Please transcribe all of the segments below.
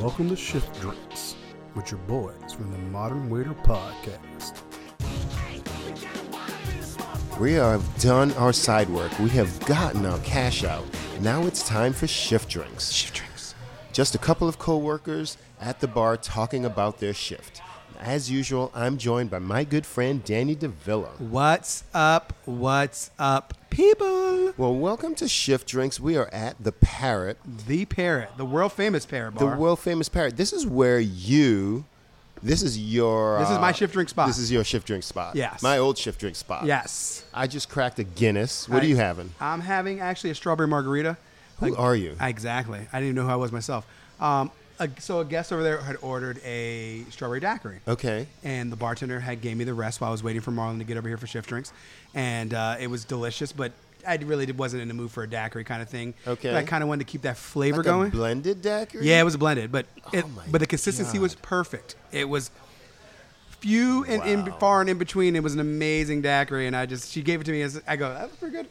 Welcome to Shift Drinks with your boys from the Modern Waiter Podcast. We have done our side work. We have gotten our cash out. Now it's time for shift drinks. Shift drinks. Just a couple of coworkers at the bar talking about their shift. As usual, I'm joined by my good friend Danny DeVilla. What's up? What's up, people? Well, welcome to Shift Drinks. We are at the Parrot, The parrot, the world famous parrot the bar. world famous Parrot. This is where you, this is your. This is my uh, shift drink spot. This is your shift drink spot. Yes. My old shift drink spot. yes. I just cracked a Guinness. What are I- you having? I'm having actually a strawberry margarita. Who are you? Exactly. I didn't even know who I was myself. Um, a, so a guest over there had ordered a strawberry daiquiri. okay. and the bartender had gave me the rest while I was waiting for Marlon to get over here for shift drinks, and uh, it was delicious. But I really did- wasn't in the mood for a daiquiri kind of thing. Okay. but I kind of wanted to keep that flavor Like going. a blended daiquiri? yeah, it was blended, but it, Oh my but the consistency was God. perfect. It was few and in, Wow. far and in between. It was an amazing daiquiri, and I just she gave it to me as I go. That's pretty good.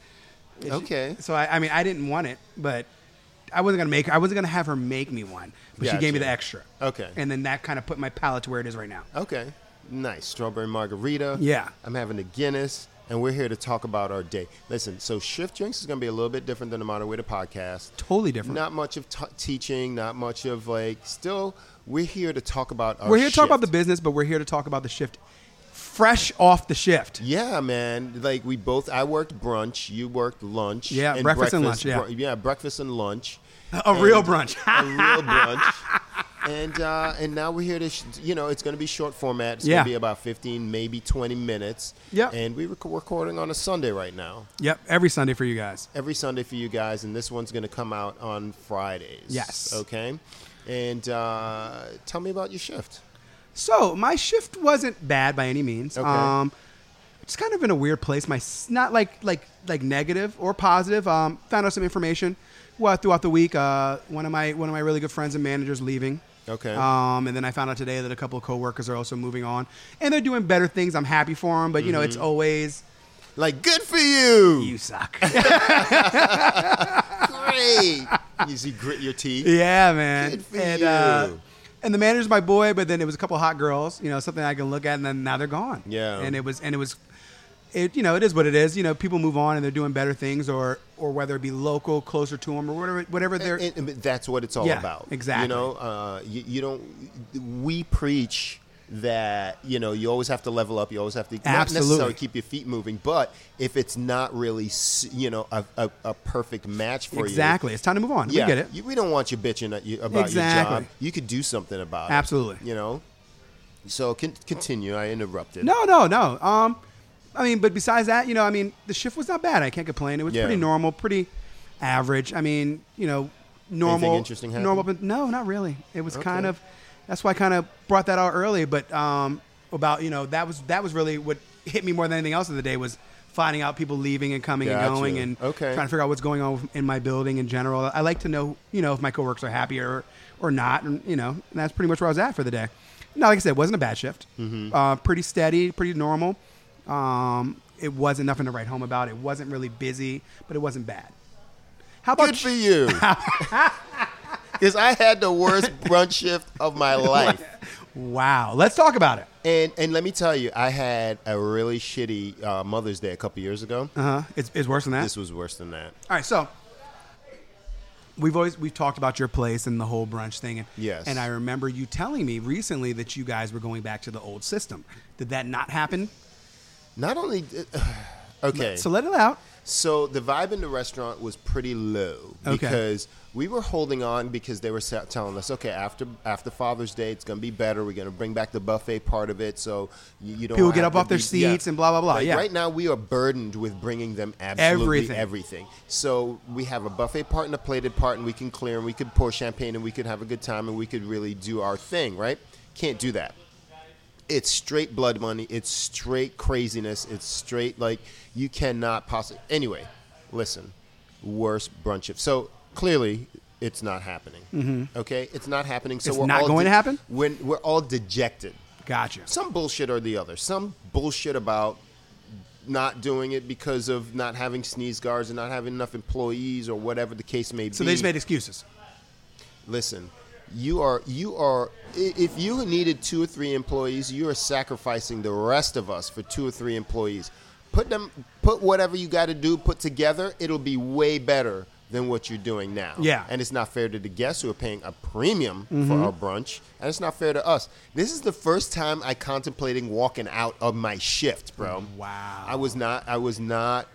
And she- Okay. so I, I mean, I didn't want it, but. I wasn't gonna make. I wasn't gonna have her make me one, but she gave me Gotcha. the extra. Okay. Oh, and then that kind of put my palate to where it is right now. Okay. Nice. Strawberry margarita. Yeah. I'm having a Guinness, and we're here to talk about our day. Listen, so Shift Drinks is going to be a little bit different than the Modern Waiter podcast. Totally different. Not much of t- teaching, not much of like, still, we're here to talk about our we're here to talk shift. about the business, but we're here to talk about the shift fresh off the shift. Yeah, man. Like we both, I worked brunch, you worked lunch. Yeah, breakfast and lunch, yeah. br- yeah, breakfast and lunch. A real brunch. a real brunch. And uh, and now we're here to, sh- you know, it's going to be short format. It's Yeah. going to be about fifteen, maybe twenty minutes. Yeah. And we rec- recording on a Sunday right now. Yep, every Sunday for you guys. Every Sunday for you guys, and this one's going to come out on Fridays. Yes. Okay. And uh, tell me about your shift. So my shift wasn't bad by any means. Okay. Um, just kind of in a weird place. My s- not like like like negative or positive. Um, found out some information. Well, throughout the week, uh, one of my one of my really good friends and managers leaving. Okay. Um, and then I found out today that a couple of coworkers are also moving on, and they're doing better things. I'm happy for them, but you know, Mm-hmm. it's always Like, good for you. you suck. Great. you see, grit your teeth. Yeah, man. Good for and you. uh and the manager's my boy, but then it was a couple hot girls, you know, something I can look at and then now they're gone. Yeah. And it was and it was it you know, it is what it is. You know, people move on and they're doing better things or or whether it be local, closer to them or whatever whatever they're and, and- but that's what it's all Yeah, about. You exactly. know, uh, you, you don't. We preach that you know you always have to level up. You always have to not Absolutely. necessarily keep your feet moving, but if it's not really s- you know a, a, a perfect match for Exactly. you, It's time to move on. Yeah, We get it. You, we don't want you bitching at you about your job. Exactly. You could do something about it. Absolutely. You know. So con- continue. I interrupted. No, no, no. Um, I mean, but besides that, you know, I mean, the shift was not bad. I can't complain. It was Yeah. pretty normal, pretty average. I mean, you know, normal. interesting happen? normal, but no, not really. It was kind Okay. of. That's why I kind of brought that out early, but um, about you know that was that was really what hit me more than anything else of the day was finding out people leaving and coming Got and going you. and Okay. trying to figure out what's going on in my building in general. I like to know you know if my coworkers are happy or or not, and you know and that's pretty much where I was at for the day. Now, like I said, it wasn't a bad shift. Mm-hmm. Uh, pretty steady, pretty normal. Um, it wasn't nothing to write home about. It wasn't really busy, but it wasn't bad. How about Good for you. Because I had the worst brunch shift of my life. wow? Let's talk about it. And and let me tell you, I had a really shitty Uh-huh. uh, Mother's Day a couple years ago. Uh huh. It's, it's worse than that. This was worse than that. All right, so we've always we've talked about your place and the whole brunch thing and Yes. and I remember you telling me recently that you guys were going back to the old system. Did that not happen? Not only. uh, okay. So let it out. So the vibe in the restaurant was pretty low Okay. because we were holding on because they were sa- telling us, okay, after after Father's Day, it's gonna be better. We're gonna bring back the buffet part of it, so you, you don't People get have up to off their be- seats and blah, blah, blah, Like, yeah. Right now, we are burdened with bringing them absolutely Everything. everything. So we have a buffet part and a plated part, and we can clear and we could pour champagne and we could have a good time and we could really do our thing. Right? Can't do that it's straight blood money. It's straight craziness. It's straight like you cannot possibly. Anyway, listen, worst brunch of so clearly it's not happening. Mm-hmm. Okay, it's not happening. So It's we're not all going to happen? When we're all dejected, Gotcha. some bullshit or the other. Some bullshit about not doing it because of not having sneeze guards and not having enough employees or whatever the case may be So they just made excuses. listen you are you are i- if you needed two or three employees you are sacrificing the rest of us for two or three employees put them put whatever you got to do put together it'll be way better than what you're doing now Yeah. Mm-hmm. and it's not fair to the guests who are paying a premium for our brunch and it's not fair to us this is the first time i contemplating walking out of my shift bro Wow. i was not i was not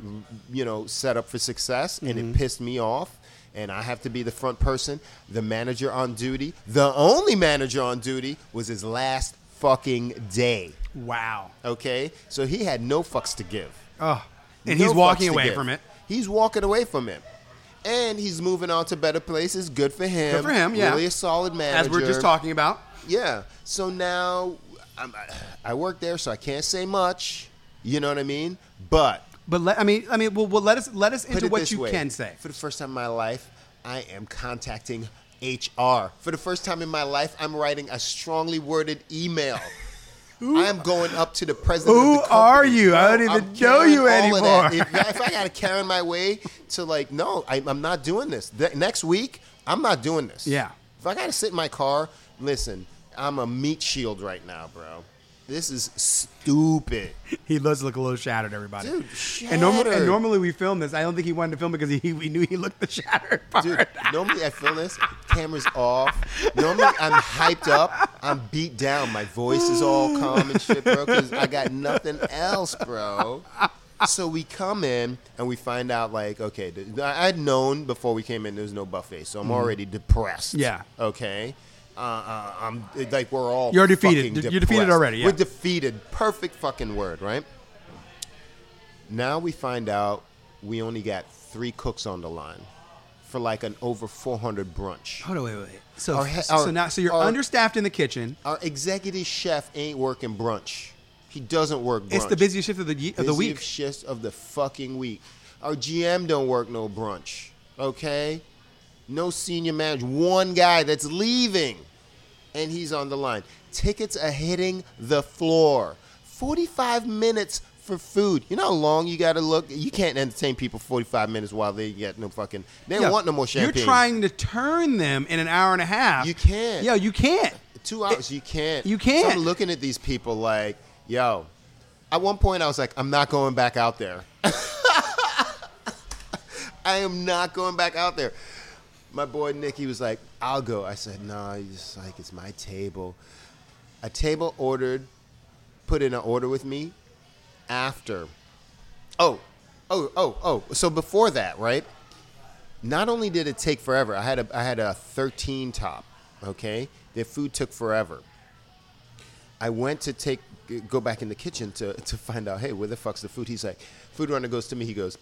you know set up for success and Mm-hmm. it pissed me off and I have to be the front person, the manager on duty. The only manager on duty was his last fucking day. Wow. Okay? So he had no fucks to give. Oh. And No he's fucks walking to away give. from it. He's walking away from it. And he's moving on to better places. Good for him. Good for him, yeah. Really a solid manager. As we're just talking about. Yeah. So now I'm, I work there, so I can't say much. You know what I mean? But But let, I mean, I mean, well, well, let us let us put into it what this you way. can say. For the first time in my life, I am contacting HR. For the first time in my life, I'm writing a strongly worded email. I am going up to the president. who of the company. are you? I don't No, even I'm know you carrying all of that. anymore. If, if I gotta carry my way to like, no, I, I'm not doing this. The, next week, I'm not doing this. Yeah. If I gotta sit in my car, listen, I'm a meat shield right now, bro. This is stupid. He does look a little shattered, everybody. Dude, And, norm- and shattered. normally we film this. I don't think he wanted to film because he, he we knew he looked the shattered part. Dude, normally I feel this. Camera's off. Normally I'm hyped up. I'm beat down. My voice is all calm and shit, bro, because I got nothing else, bro. So we come in and we find out, like, okay, th- I- I'd known before we came in there was no buffet, so I'm already depressed. Mm-hmm. Yeah. Okay. Uh, uh, I'm it- like we're all You're defeated. fucking D- you're defeated depressed. already, yeah. We're defeated. Perfect fucking word, right? Now we find out we only got three cooks on the line for like an over 400 brunch. Hold on, wait, wait, wait. So, Our he- so our- now, so you're our- understaffed in the kitchen. Our executive chef ain't working brunch. He doesn't work brunch. It's the busiest shift of the ye- of the Busiest week. shift of the fucking week. Our GM don't work no brunch. Okay? No senior manager. One guy that's leaving and he's on the line. Tickets are hitting the floor. 45 minutes for food. You know how long you got to look? You can't entertain people 45 minutes while they get no fucking. They don't Yeah. want no more champagne. You're trying to turn them in an hour and a half. You can't. Yeah, you can't. Two hours. you can't. you can't. So I'm looking at these people like, yo. At one point, I was like, I'm not going back out there. I am not going back out there. My boy Nicky was like, I'll go. I said, nah, he's just like, it's my table. A table ordered, put in an order with me after. Oh, oh, oh, oh. So before that, right? not only did it take forever, I had a I had a 13 top. Okay, their food took forever. I went to take go back in the kitchen to to find out, hey, where the fuck's the food? He's like, food runner goes to me. He goes,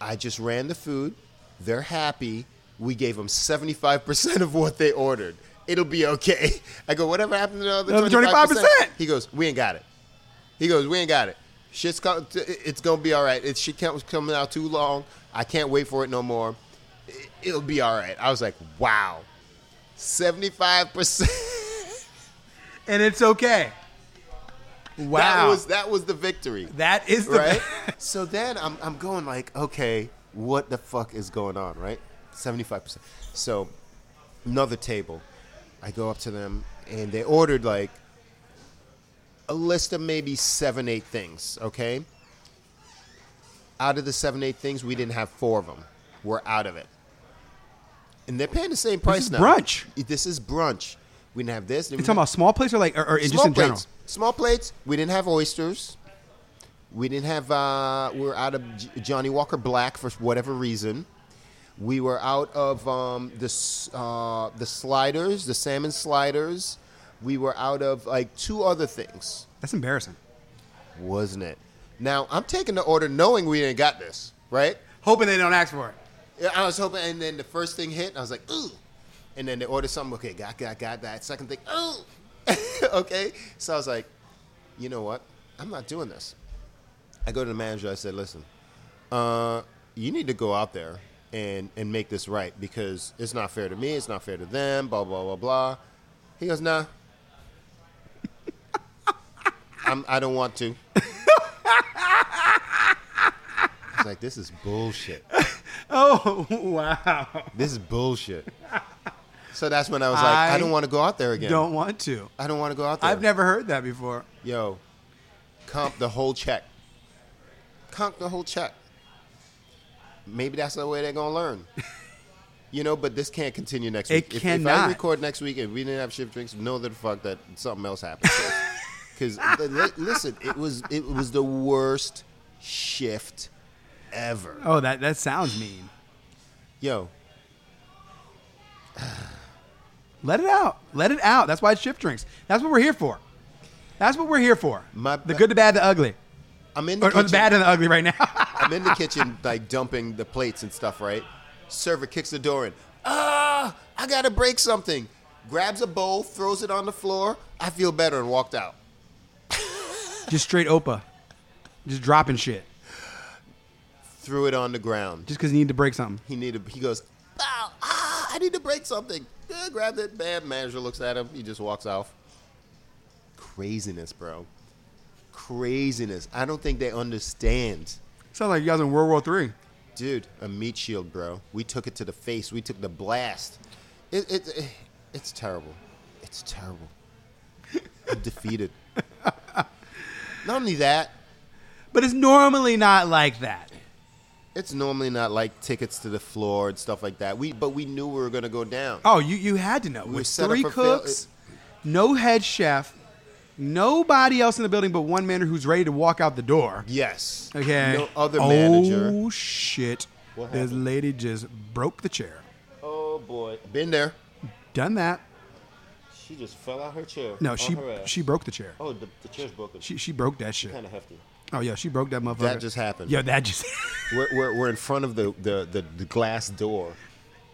I just ran the food. They're happy. We gave them 75% of what they ordered. It'll be okay. I go, whatever happened to the other Another 25%? 25%. He goes, we ain't got it. He goes, we ain't got it. Shit's co- t- it's gonna be all right. It shit kept coming out too long. I can't wait for it no more. It- It'll be all right. I was like, wow, seventy-five percent. And it's okay. Wow. That was that was the victory. that is the right? so then I'm, I'm going like, okay, what the fuck is going on, right? 75%. So another table. I go up to them and they ordered like a list of maybe seven, eight things, okay? Out of the seven, eight things, we didn't have four of them. We're out of it. and they're paying the same price is now. brunch. This is brunch. We didn't have this. You're talking about small plates or like, or, or just small in plates. general? Small plates. We didn't have oysters. We didn't have. Uh, we were out of J- Johnny Walker Black for whatever reason. We were out of um, the s- uh, the sliders, the salmon sliders. We were out of like two other things, That's embarrassing. wasn't it? Now I'm taking the order knowing we didn't got this right. Hoping they don't ask for it. Yeah, I was hoping, and then the first thing hit, and I was like, ooh. And then they ordered something, okay, got, got, got that. Second thing, ooh. okay. So I was like, you know what? I'm not doing this. I go to the manager, I said, listen, uh, you need to go out there and, and make this right because it's not fair to me, it's not fair to them, blah, blah, blah, blah. He goes, nah. I'm, I don't want to. I was like, this is bullshit. Oh, wow. This is bullshit. so that's when I was like, I, I don't want to go out there again. Don't want to. I don't want to go out there. I've never heard that before. Yo, comp the whole check. Comp the whole check. Maybe that's the way they're gonna learn. you know, but this can't continue next It week. If- If, I cannot. record next week and we didn't have shift drinks, know that the fuck that something else happened. Because listen, it was it was the worst shift ever. Oh, that, that sounds mean. Yo, Let it out. Let it out. That's why it's shift drinks. That's what we're here for. That's what we're here for. My- the good, the bad, the ugly. I'm in the Or, or the kitchen. bad and the ugly right now. I'm in the kitchen, like dumping the plates and stuff, right? Server kicks the door in. Ah, I gotta break something. Grabs a bowl, throws it on the floor. I feel better and walked out. Just straight Opa. Just dropping shit. Threw it on the ground. Just because you need to break something. He needed. He goes. Ow, ah, I need to break something. Yeah, grabbed it. Bam. Manager looks at him. He just walks off. Craziness, bro. Craziness. I don't think they understand. Sounds like you guys in World War Three. Dude, a meat shield, bro. We took it to the face. We took the blast. It, it, it it's terrible. It's terrible. I'm defeated. Not only that, But it's normally not like that. it's normally not like tickets to the floor and stuff like that. We but we knew we were gonna go down. Oh, you, you had to know. We With set up three a fail- cooks, no head chef, nobody else in the building but one manager who's ready to walk out the door. Yes. Okay. No other oh, manager. Oh shit! What This happened? lady just broke the chair. Oh boy. Been there. Done that. She just fell out her chair. No, on she her ass. she broke the chair. Oh, the, the chair's broken. She she broke that shit. kind of hefty. Oh yeah, she broke that motherfucker. That just happened. Yo, that just We're, we're, we're in front of the, the, the, the glass door.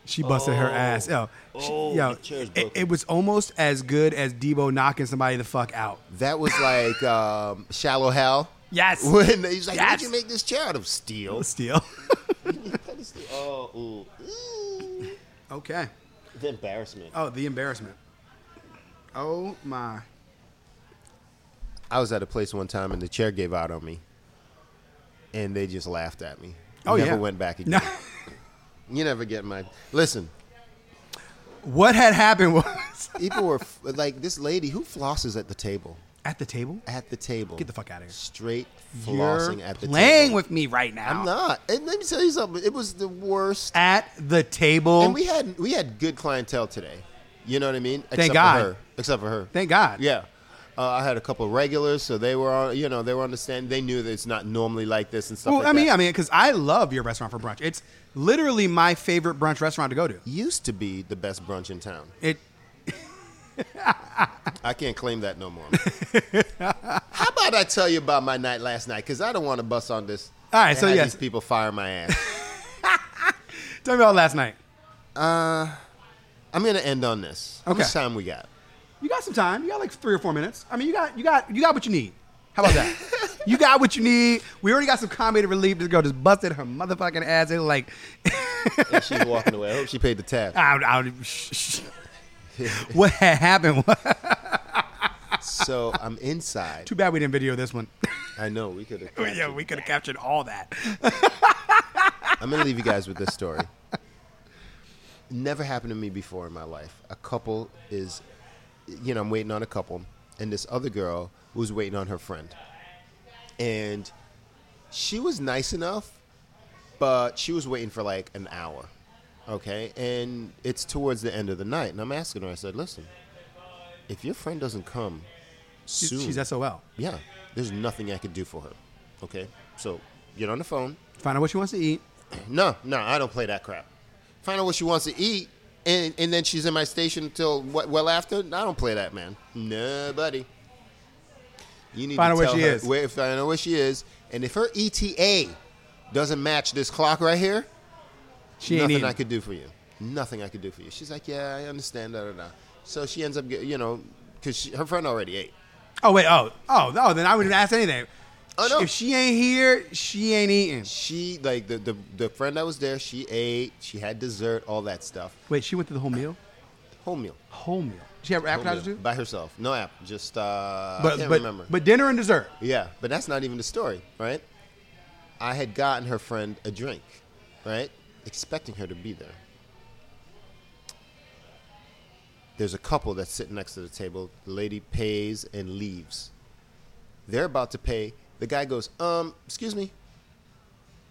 she busted her ass. Yo, she- Oh, yo, the chair's it, broken. it was almost as good as Debo knocking somebody the fuck out. That was like um, shallow hell. Yes. When he's like, "Why'd Yes. you make this chair out of steel?" Steal. oh, ooh. okay. the embarrassment. Oh, the embarrassment. Oh my. I was at a place one time and the chair gave out on me, and they just laughed at me. Oh, never yeah. went back No. again. you never get my listen. What had happened was People were f- like this lady who flosses at the table. at the table. At the table. Get the fuck outta here. Straight You're flossing at the playing table. with me right now. I'm not. And let me tell you something. It was the worst at the table. And we had we had good clientele today. You know what I mean? Except God. For her. Except for her. Thank God. Yeah. Uh, I had a couple of regulars, so they were on. You know, they were understanding. They knew that it's not normally like this and stuff. Well, like I mean, that. I mean, because I love your restaurant for brunch. It's literally my favorite brunch restaurant to go to. used to be the best brunch in town. It. I can't claim that no more. How about I tell you about my night last night? Because I don't want to bust on this. All right, and so have yes. these people fire my ass. Tell me about last night. I'm gonna end on this. How Okay. much time we got? You got some time. You got like three or four minutes. I mean, you got you got you got what you need. How about that? you got what you need. We already got some comedy relief. This girl just busted her motherfucking ass. It like, And she's walking away. I hope she paid the tab. I, I, what had happened? Was, So I'm inside. too bad we didn't video this one. I know we could have. yeah, we could have captured all that. I'm gonna leave you guys with this story. Never happened to me before in my life. A couple is, you know, I'm waiting on a couple, and this other girl was waiting on her friend, and she was nice enough, but she was waiting for like an hour, Okay, and it's towards the end of the night, and I'm asking her. I said, "Listen, if your friend doesn't come She- soon, She's SOL. yeah, there's nothing I can do for her. Okay, so get on the phone. Find out what she wants to eat. No, no, I don't play that crap. Find out what she wants to eat, and and then she's in my station until what, well after. I don't play that, man. No, buddy. You need Find to out where tell she her, is. Where, find out where she is, and if her ETA doesn't match this clock right here, She ain't nothing eating. I could do for you. Nothing I could do for you. She's like, yeah, I understand. Da, da, da. So she ends up, get- you know, because her friend already ate. Oh wait, oh, oh, no, then I wouldn't ask anything. Oh, no. If she ain't here, she ain't eating. She like the, the the friend that was there. She ate. She had dessert, all that stuff. Wait, she went through the whole meal? Whole meal. Whole meal. She had Whole appetizer meal. too? By herself. No app. Just uh, I But can't but, remember. but dinner and dessert. yeah, but that's not even the story, right? I had gotten her friend a drink, right? Expecting her to be there. There's a couple that's sitting next to the table. The lady pays and leaves. They're about to pay. The guy goes, um, excuse me,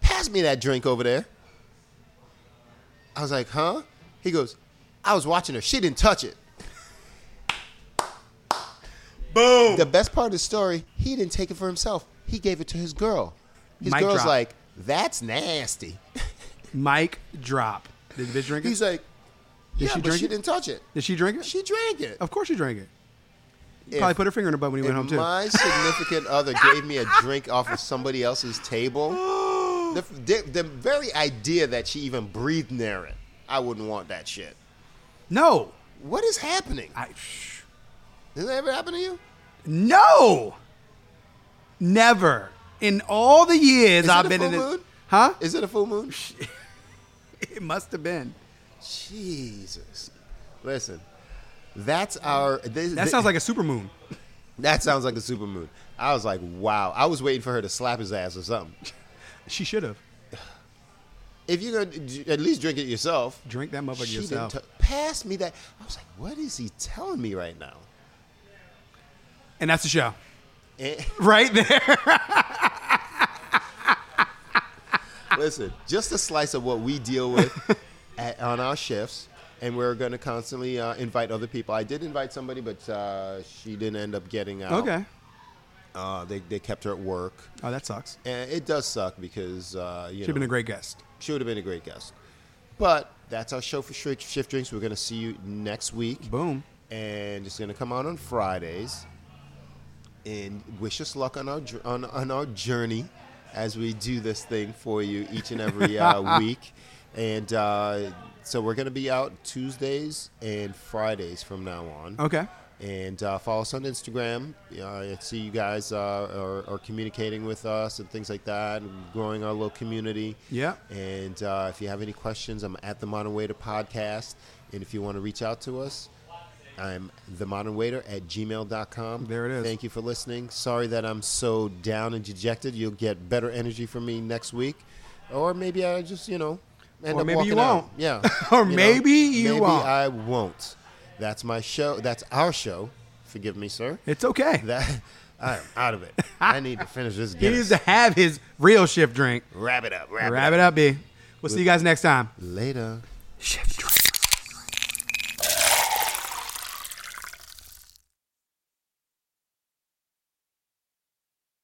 pass me that drink over there. I was like, huh? He goes, I was watching her. She didn't touch it. Boom. The best part of the story, he didn't take it for himself. He gave it to his girl. His Mic girl's drop. like, that's nasty. Mike drop. Did the bitch drink it? He's like, Did yeah, she but drink she it? didn't touch it. Did she drink it? She drank it. of course she drank it. If- Probably put her finger in her butt when he if went home too. My significant other gave me a drink off of somebody else's table. The, the, the very idea that she even breathed near it, I wouldn't want that shit. no. What is happening? I, shh. Does that ever happen to you? no. Never. In all the years Is I've it a been full in it. moon? Huh? Is it a full moon? It must have been. Jesus. Listen, that's our. This, That sounds like a super moon. that sounds like a super moon. I was like, wow. I was waiting for her to slap his ass or something. She should have. If you're gonna d- at least drink it yourself, Drink that motherfucker She yourself. didn't t- pass me that. I was like, what is he telling me right now? And that's the show. And- Right there. Listen, just a slice of what we deal with at, on our shifts, and we're going to constantly uh, invite other people. I did invite somebody, but uh, she didn't end up getting out. Okay. Uh, they, they kept her at work. Oh, that sucks. And it does suck because, uh, you She'd have know, been a great guest. she would have been a great guest. But that's our show for Shri- Shift Drinks. We're going to see you next week. Boom. And it's going to come out on Fridays. And wish us luck on our dr- on, on our journey as we do this thing for you each and every uh, week. And uh, so we're going to be out Tuesdays and Fridays from now on. Okay. And uh, follow us on Instagram. Uh, and see you guys uh, are, are communicating with us and things like that, and growing our little community. Yeah. And uh, if you have any questions, I'm at the Modern Waiter Podcast. And if you want to reach out to us, I'm the Modern Waiter at gmail.com. There it is. Thank you for listening. Sorry that I'm so down and dejected. You'll get better energy from me next week, or maybe I just you know end Or up maybe walking you out. won't. Yeah. Or maybe you maybe won't. I won't. That's my show. That's our show. Forgive me, sir. It's okay. That I'm out of it. I need to finish this. he Guinness. needs to have his real shift drink. Wrap it up. Wrap, Wrap it up, B. We'll see you guys next time. Later. Shift Drinks.